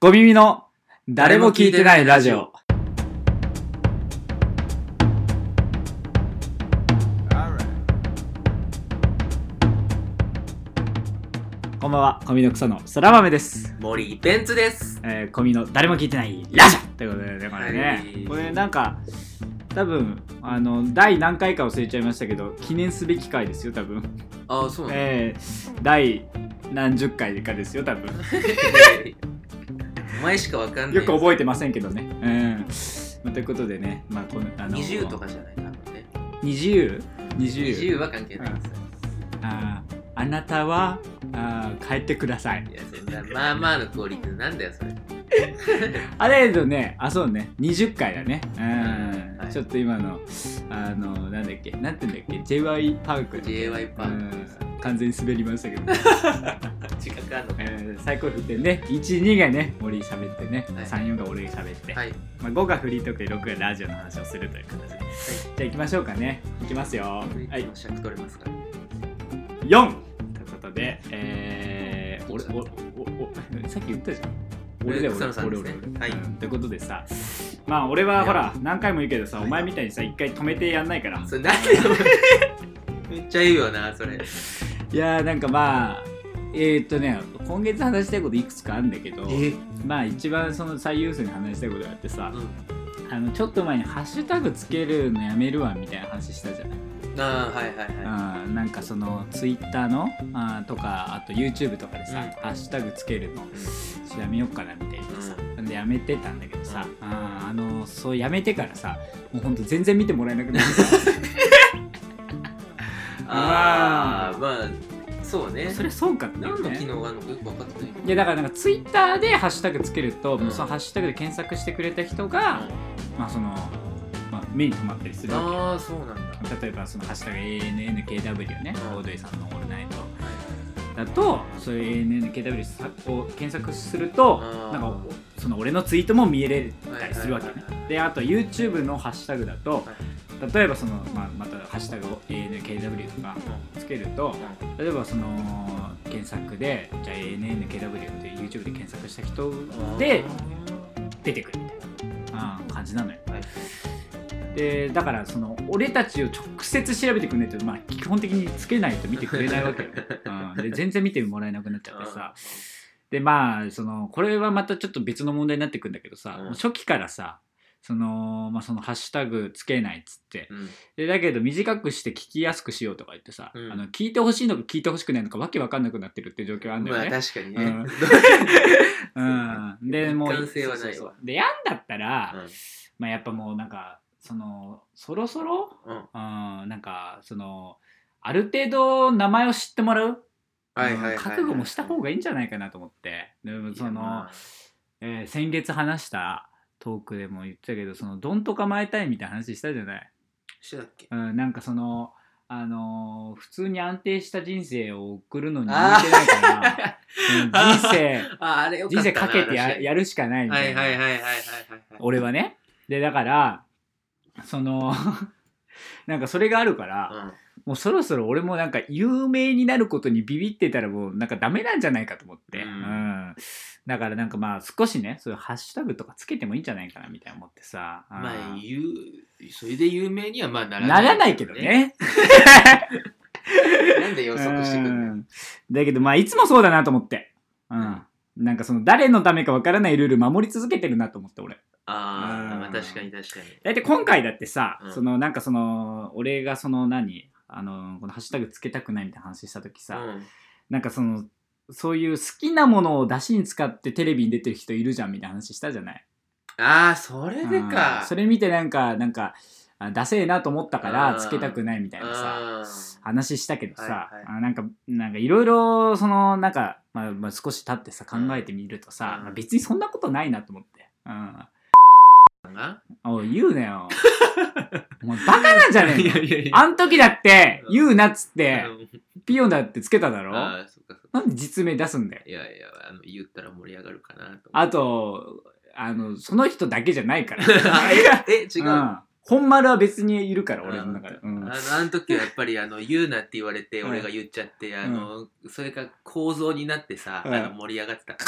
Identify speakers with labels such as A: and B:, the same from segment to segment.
A: ゴミミの誰も聞いてないラジオ。こんばんは、コミの草のそら豆です。
B: 森ベンツです。
A: えー、コミの誰も聞いてないラジオということでね、これ
B: は
A: ね
B: い。
A: これなんか、多分あの、第何回か忘れちゃいましたけど、記念すべき回ですよ、多 分。
B: ああ、そうなんだ。
A: えー、第何十回かですよ、多分。
B: お前しかわかんない。
A: よく覚えてませんけどね。うん。まあということでね、まあ、この、あの、
B: 20とかじゃない多分ね。
A: 20 20
B: 20は関係ないです。
A: あーあなたはあー帰ってください
B: いや、そんな、まあまあのクオリティなんだよ、それ。
A: あれだとねあそうね20回だねうん、
B: はい
A: ちょっと今のあのなんだっけなんて言うんだっけ JY パーク
B: JY パークです
A: うん完全に滑りましたけど、
B: 自覚あるの
A: えー、最高振ってね12がね森喋ってね、
B: はい
A: 34が俺喋って、
B: はい。
A: まあ、5がフリートークで6がラジオの話をするという形で、じゃあ行きましょうかね行きますよは
B: はいい。尺取れますから。
A: 4! ということで、えー、俺、お、お、お、 さっき言ったじゃん。俺だよ、
B: 草野さん
A: 俺、俺、
B: です
A: 俺
B: ね、
A: 俺。
B: はい
A: うんということでさ、まあ俺はほ
B: い
A: ら
B: や、
A: 何回も言うけどさ、お前みたいにさ、一回止めてやんないから。
B: それなんでめっちゃいいよな、それ。
A: いやー、なんかまあ、えー、っとね、今月話したいこといくつかあるんだけど、まあ一番その最優先に話したいことがあってさ、
B: うん。
A: あの、ちょっと前にハッシュタグつけるのやめるわみたいな話したじゃない。
B: ああ、はいはいは
A: あーなんかそのツイッターのあーとかあと YouTube とかでさ、
B: うん
A: ハッシュタグつけるのちょっとやめようかなみたいなさ、でやめてたんだけどさ、あーあのそうやめてからさもうほんと全然見てもらえなくなってさ
B: い。ああ、まあ、そうね。
A: それそうかってい
B: 何
A: う
B: の機
A: ね
B: 能があるのかよく分かってないけど。
A: いやだからなんかツイッターでハッシュタグつけると、
B: うん
A: そのハッシュタグで検索してくれた人が、まあその、まあ、目に留まったりするわけ
B: ああ、そうなんだ。
A: 例えばその「ハッシュタグ #ANNKW ね」
B: うん
A: オードリーさんの「オールナイト」
B: はい
A: だとそういう ANNKW さを検索すると
B: あー
A: なんかおその俺のツイートも見れたりするわけね
B: はいはいはいはい
A: であと YouTube のハッシュタグだと
B: は
A: 例えばその、まあ、またハッシュタグを ANNKW とかつけると例えばその検索でじゃあ ANNKW って YouTube で検索した人で出てくるみたいなうん感じなのよ
B: はい
A: でだからその俺たちを直接調べてくんないと、まあ、基本的につけないと見てくれない わけよ、うん、で全然見てもらえなくなっちゃってさでまあそのこれはまたちょっと別の問題になってくんだけどさ、
B: うん
A: もう初期からさその,、まあ、そのハッシュタグつけないっつって
B: うん
A: でだけど短くして聞きやすくしようとか言ってさ、
B: うん
A: あの聞いてほしいのか聞いてほしくないのかわけわかんなくなってるっていう状況あるんだよ
B: まあ
A: ね、
B: 確か に
A: う
B: ね
A: ん。うん、
B: ね
A: でもう
B: 一貫性はないわ
A: そうそうそうでやんだったら、
B: うん
A: まあ、やっぱもうなんかそのそろそろ
B: うん
A: うんなんかそのある程度名前を知ってもらう、
B: はいはいはいはい。
A: 覚悟もした方がいいんじゃないかなと思ってでもその、
B: まあ
A: えー先月話したトークでも言ってたけどそのどんと構えたいみたいな話したじゃない、
B: してたっけ
A: うん、なんかそのあのー普通に安定した人生を送るのに向
B: あー
A: いてないから、うん人生
B: あ、あれよか
A: 人
B: ったな。
A: 生かけてややるしかないみ
B: は
A: たい
B: い
A: な、
B: はいはいはいはいはい。
A: 俺はねでだからその なんかそれがあるから、
B: うん
A: もうそろそろ俺もなんか有名になることにビビってたらもうなんかダメなんじゃないかと思って、
B: うん
A: うんだからなんかまあ少しねそういうハッシュタグとかつけてもいいんじゃないかなみたいな思ってさ、うん
B: まあ、言う、それで有名にはまあなら
A: な
B: ない。
A: らないけど。ね
B: なんで予測してくん
A: う
B: の
A: んだけどまあいつもそうだなと思って、うんなんかその誰のためかわからないルール守り続けてるなと思って俺
B: あ
A: う
B: あ、
A: ん
B: まあ確かに確かに。
A: 大体今回だってさ、
B: うん
A: そのなんかその俺がその何あのこのハッシュタグつけたくないみたいな話した時さ、
B: うん
A: なんかそのそういう好きなものを出しに使ってテレビに出てる人いるじゃんみたいな話したじゃない
B: ああ、それで
A: う
B: か
A: ん。それ見てなんかなんかあダセえなと思ったから
B: うん
A: つけたくないみたいなさ
B: あ
A: 話したけどさ、
B: はいはい
A: あなんかなんかいろいろそのなんか、まあ、まあ少し経ってさ考えてみるとさ、
B: うん
A: まあ別にそんなことないなと思って、うん、
B: ーな
A: おい言うな よお前バカなんじゃねえ
B: い
A: の
B: やいやいや。
A: あん時だって言うなっつって
B: うん
A: ピヨンだってつけただろな
B: ああ、そっかそっか。
A: んで実名出すんだよ
B: いやいや、あの言ったら盛り上がるかなと思って。
A: あとあのその人だけじゃないから
B: え、え違う。
A: ん本丸は別にいるから俺の中で、う
B: あ
A: ん
B: のあの時はやっぱりあの言うなって言われて
A: うん
B: 俺が言っちゃって、あのそれが構造になってさ、
A: うん
B: あの盛り上がってたか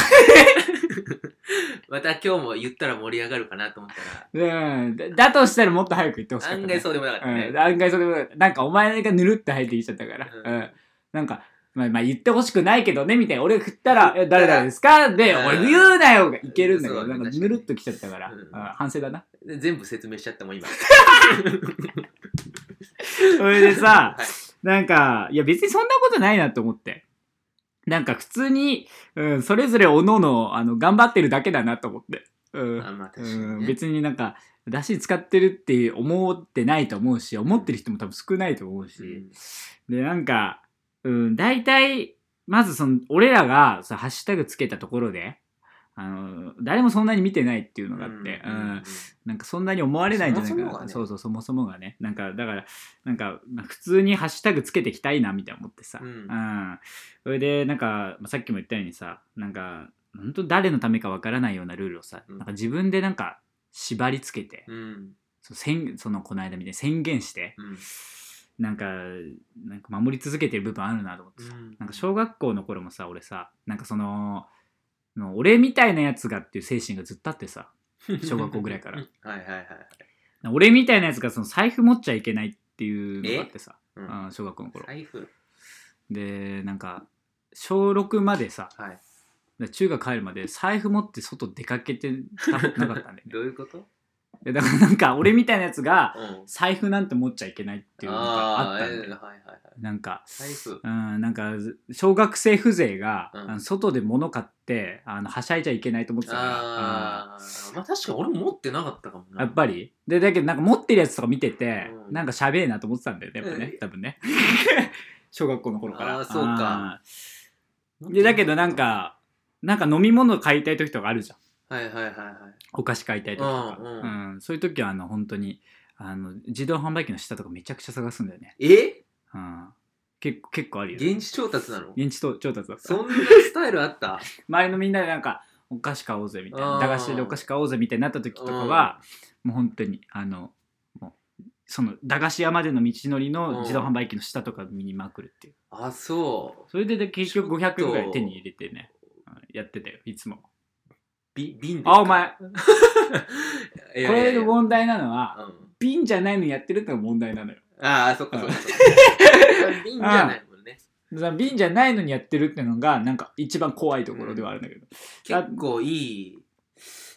B: また今日も言ったら盛り上がるかなと思った
A: うん、だだとしたらもっと早く言ってほし
B: ら
A: かった、
B: 案外そうでもなかったね、
A: うん、案外それもなんかお前がぬるって入ってきちゃったから、
B: う
A: うんんなんか、まあ、まあ言ってほしくないけどねみたいな俺が振ったら「え誰々ですか?」で「
B: うん
A: 俺言うなよ」がいけるんだけ
B: そ
A: ど
B: うだ
A: な
B: ね
A: んかぬるっときちゃったから、
B: 確かに
A: うん反省だな
B: で全部説明しちゃったもん今
A: それでさ、
B: はい
A: なんかいや別にそんなことないなと思ってなんか普通に、うん、それぞれおののあの頑張ってるだけだなと思って、うん
B: あまあ確か
A: う
B: にね、
A: ん、別になんかだし使ってるって思ってないと思うし思ってる人も多分少ないと思うし、
B: うん
A: でなんか、うん、大体まずその俺らがそのハッシュタグつけたところであの誰もそんなに見てないっていうのがあって、うんなんかそんなに思われないんじゃないかな
B: そもそもがね
A: そうそうそもそもがねなんかだからなんかまあ普通にハッシュタグつけていきたいなみたいな思ってさ、
B: うん
A: それでなんかまあさっきも言ったようにさなんか本当誰のためかわからないようなルールをさ、
B: うん
A: なんか自分でなんか縛りつけて、
B: うんうん
A: そう宣そのこの間みたいに宣言して、
B: うん
A: なんかなんか守り続けてる部分あるなと思って
B: う
A: さ、
B: ん
A: なんか小学校の頃もさ俺さなんかそのの俺みたいなやつがっていう精神がずっとあってさ小学校ぐらいから
B: はいはいはい、
A: 俺みたいなやつがその財布持っちゃいけないっていうのがあってさ、
B: うん
A: うん小学校の頃
B: 財布
A: でなんか小6までさ
B: はい
A: 中学入るまで財布持って外出かけてたことなかったんだよね
B: どういうこと
A: でだからなんか俺みたいなやつが
B: うん
A: 財布なんて持っちゃいけないっていうのがあったんだよ
B: ーえーはいはいはい
A: なんか、
B: 財布
A: うん、なんか、小学生風情が、
B: うん
A: あの外で物買って、あの、はしゃいじゃいけないと思ってたから。
B: あーまあ確かに俺も持ってなかったかも
A: うん
B: な
A: やっぱりで、だけどなんか持ってるやつとか見てて、
B: うん
A: なんかしゃべえなと思ってたんだよね、やっぱね
B: う、
A: 多分ね。 小学校の頃から。
B: あーそうか
A: あー。で、だけどなんか、なんか飲み物買いたい時とかあるじゃん。
B: はいはいはいはい
A: お菓子買いたい時とか。
B: うん
A: うんそういう時は、あの、本当に、あの、自動販売機の下とかめちゃくちゃ探すんだよね。
B: え
A: うん。結構、結構あるよ、ね。
B: 現地調達なの
A: 現地と調達だった
B: そんなスタイルあった
A: 周りのみんなでなんかお菓子買おうぜみたい
B: あー
A: な駄菓子でお菓子買おうぜみたいになった時とかはもう本当にあのもうその駄菓子屋までの道のり
B: うん
A: の自動販売機の下とか見にまくるっていう
B: あそう
A: それでで結局
B: ちょっと
A: 500円ぐらい手に入れてねうんやってたよいつも
B: び瓶で
A: あお前
B: い
A: こ
B: やいや
A: れ
B: いや
A: の問題なのは
B: うん
A: 瓶じゃないのやってるってのが問題なのよ
B: ああそっかそっかそっか瓶じゃないもんね
A: その瓶じゃないのにやってるってのがなんか一番怖いところではあるんだけど、
B: 結構いい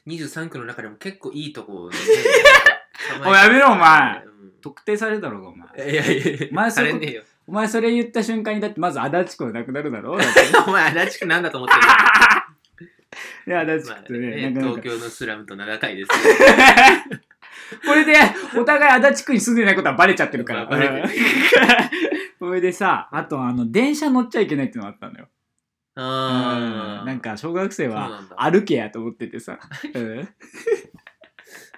B: 23区の中でも結構いいとこをね
A: おいやめろお前
B: うん
A: 特定されるだろうがお前
B: いやいやいや
A: お前
B: さ
A: そこ
B: れねえよ
A: お前それ言った瞬間にだってまず足立区はなくなるだろうだって
B: お前足立区なんだと思ってる
A: いや足立
B: ま
A: 区
B: あ
A: ってね
B: ね
A: なかなか
B: 東京のスラムと名高 いですけ
A: これで、お互い足立区に住んでないことはバレちゃってるから。
B: バレてる
A: それでさ、あとあの、電車乗っちゃいけないってのがあったのよ。
B: ど
A: う
B: あー
A: なんか、小学生
B: そう
A: は
B: なんだ
A: 歩けやと思ってて さ。うん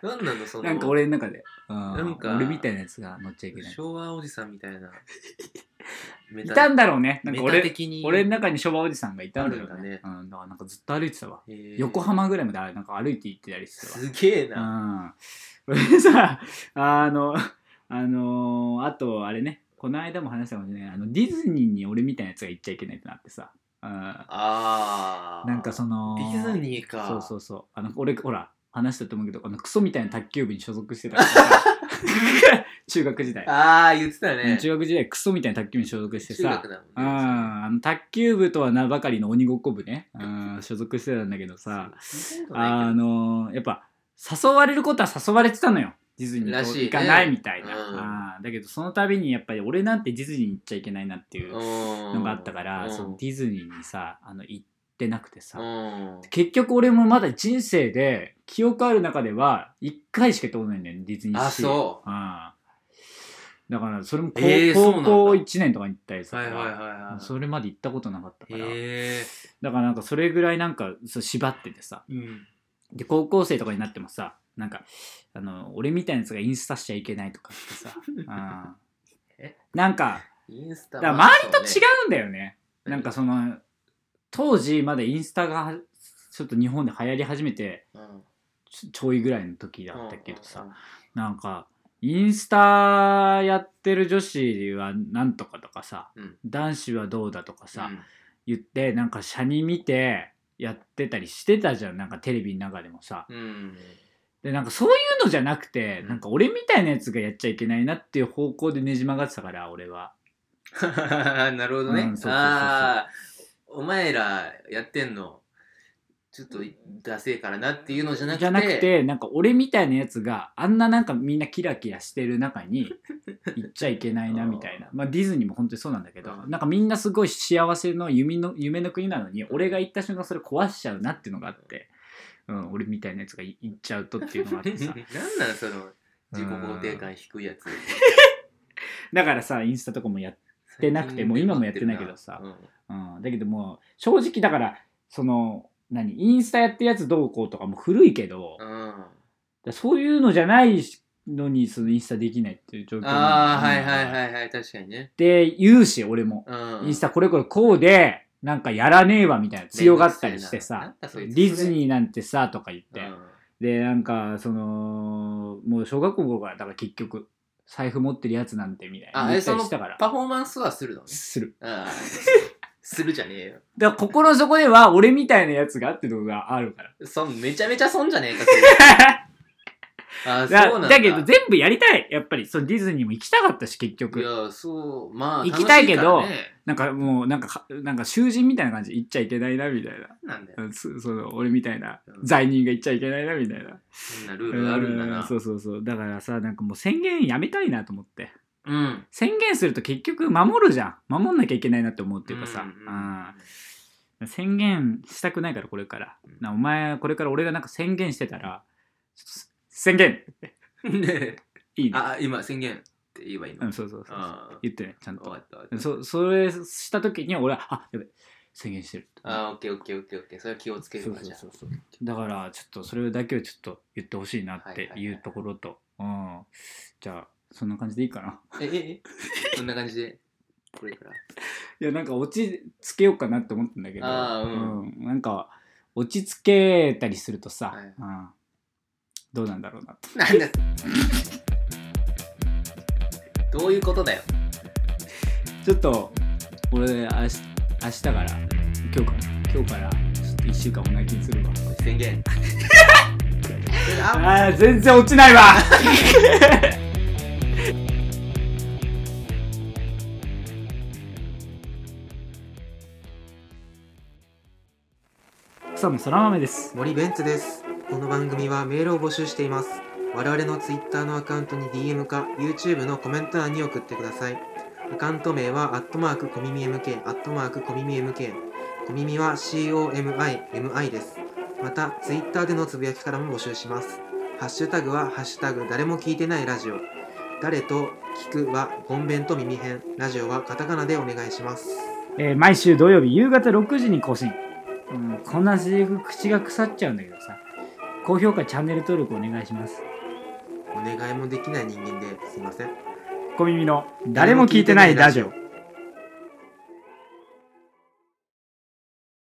B: なんなのその
A: なんか俺の中で、うん
B: なんか
A: 俺みたいなやつが乗っちゃいけない。
B: 昭和おじさんみた いなメ
A: いたん
B: だ
A: だろうね。なんか
B: メタ
A: 俺、
B: 的に
A: 俺の中に昭和おじさんがいたんだろ
B: あ
A: う
B: るん
A: ね。
B: だね
A: うん、だからなんかずっと歩いてたわ。
B: へー
A: 横浜ぐらいまであなんか歩いて行ってたりしてたわ。
B: すげえな
A: うん。それでさ、あの、あのあとあれね、この間も話したかもしれない、あのディズニーに俺みたいなやつが行っちゃいけないってなってさ、うん、
B: あー
A: なんかその、
B: ディズニーか
A: そうそうそう、あの俺、ほら、話したと思うけど、あのクソみたいな卓球部に所属してたから さ中学時代。
B: ああ言ってた
A: うん
B: ね
A: 中学時代、クソみたいな卓球部に所属してさ
B: 中学、だ
A: う
B: も
A: ん、
B: んね
A: あの卓球部とは名ばかりの鬼ごっこ部ね、うん、所属してたんだけどさ、
B: 聞いたことないけど
A: あのーやっぱ誘われることは誘われてたのよディズニー
B: らしいね
A: 行かないみたいな、
B: うん
A: あーだけどその度にやっぱり俺なんてディズニー行っちゃいけないなっていうの
B: の
A: があったから、そのディズニーにさあの行ってなくてさ、
B: うん
A: 結局俺もまだ人生で記憶ある中では1回しか通らないんだよねディズニー
B: あ
A: シー
B: そ
A: あだからそれも高,、
B: えーそうなんだ
A: 高校1年とかに行ったり
B: う
A: さ、
B: はいはいはいはい
A: それまで行ったことなかったから、
B: へえ
A: だからなんかそれぐらいなんかそう縛っててさ
B: うん
A: で高校生とかになってもさなんかあの俺みたいなやつがインスタしちゃいけないとかって さ、うん
B: え
A: なんか
B: インスタ
A: だから
B: まあ
A: 周りと違
B: そうね
A: うんだよねなんかその当時まだインスタがちょっと日本で流行り始めて
B: うん
A: ちょちょいぐらいの時だったけどさ、
B: うん
A: なんかインスタやってる女子はなんとかとかさ、
B: うん
A: 男子はどうだとかさ、
B: うん
A: 言ってなんか社に見てやってたりしてたじゃんなんかテレビの中でもさ
B: うん
A: でなんかそういうのじゃなくて、
B: うん
A: なんか俺みたいなやつがやっちゃいけないなっていう方向でねじ曲がってたから俺は
B: なるほどね、
A: うんそうそうそうそう
B: ああお前らやってんのちょっとダセえからなっていうのじゃなくて
A: じゃなくてなんか俺みたいなやつがあんななんかみんなキラキラしてる中 に行っちゃいけないなみたいなまあディズニーも本当にそうなんだけど、
B: うん
A: なんかみんなすごい幸せの夢の夢の国なのに俺が行った瞬間それ壊しちゃうなっていうのがあって、うん、俺みたいなやつがい行っちゃうとっていうのがあって さ
B: なんなんその自己肯定感低いやつ
A: だからさインスタとかもやっってなくてもう今もやってないけどさ
B: うん
A: うん、だけどもう正直だからその何インスタやってるやつどうこうとかも古いけど、だか
B: うん
A: らそういうのじゃないのにそのインスタできないっていう状況
B: ああ、
A: な
B: は
A: の
B: いはいはいはい、確かにね
A: っ。て言うし俺も、
B: うん、
A: インスタこれこれこうでなんかやらねえわみたいな強がったりして
B: め
A: さ
B: んどくさいななんだそ
A: デ
B: いつ
A: ィズニーなんてさとか言って、
B: うん
A: でなんかそのもう小学校の頃からだから結局財布持ってるやつなんてみたいな
B: あ、
A: 言
B: え、
A: った
B: そ
A: り
B: の
A: したから
B: パフォーマンスはするのね。
A: する
B: うん するじゃねえよ。
A: だから心の底では俺みたいなやつがってとこがあるから
B: そんめちゃめちゃ損じゃねえか それあー、そう
A: だ
B: なんだ。
A: だけど全部やりたいやっぱりそのディズニーも行きたかったし結
B: い
A: 局
B: や、そう、まあ、
A: 行きたいけど
B: 楽しいからね
A: なんかもうなんかかなんか囚人みたいな感じで行っちゃいけないなみたい
B: なんだよ。
A: なそその俺みたいな
B: うん
A: 罪人が行っちゃいけないなみたいな
B: そんなルールがあるんだ
A: う
B: な。
A: そうそうそうだからさなんかもう宣言やめたいなと思って
B: うん。
A: 宣言すると結局守るじゃん守んなきゃいけないなって思うっていうかさ、
B: ん
A: あー宣言したくないからこれからなお前これから俺がなんか宣言してたらちょっと宣言
B: うんで
A: いいね
B: あ、今、宣言って言えばいいの。
A: うんそうそうそうそう
B: あ
A: 言ってねちゃん
B: ー
A: と
B: わかったわかった。
A: そそれした時に俺はあやべ宣言してる
B: あー、オッケーオッケーオッケーオッケー。それは気をつけ
A: そ
B: る
A: う
B: わ、
A: そ
B: じ
A: う
B: ゃあ
A: そうそうだからちょっとそれだけをちょっと言ってほしいなって
B: はいはいいは
A: う
B: い
A: ところと、うんじゃあそんな感じでいいかな
B: え、え、え、こんな感じで、これから。
A: いやなんか落ち着けようかなって思ったんだけど、
B: あーうん
A: うんなんか落ち着けたりするとさ、
B: はい
A: うん、どうなんだろうなと
B: なんだどういうことだよ。
A: ちょっと俺明日明日から今日から今日からちょっと1週間お泣きにするわ
B: 宣言。あ
A: あー全然落ちないわ草野そら豆です
C: 森ベンツですこの番組はメールを募集しています我々の Twitter のアカウントに DM か YouTube のコメント欄に送ってくださいアカウント名はアットマークコミミ MK アットマークコミミ MK コミミは COMIMI ですまた Twitter でのつぶやきからも募集しますハッシュタグはハッシュタグ誰も聞いてないラジオ誰と聞くは本弁と耳編ラジオはカタカナでお願いします
A: えー毎週土曜日夕方6時に更新、うん、こんなセリフ口が腐っちゃうんだけどさ高評価チャンネル登録お願いします
C: お願いもできない人間ですいません
A: 小耳の誰も聞いてないラジオ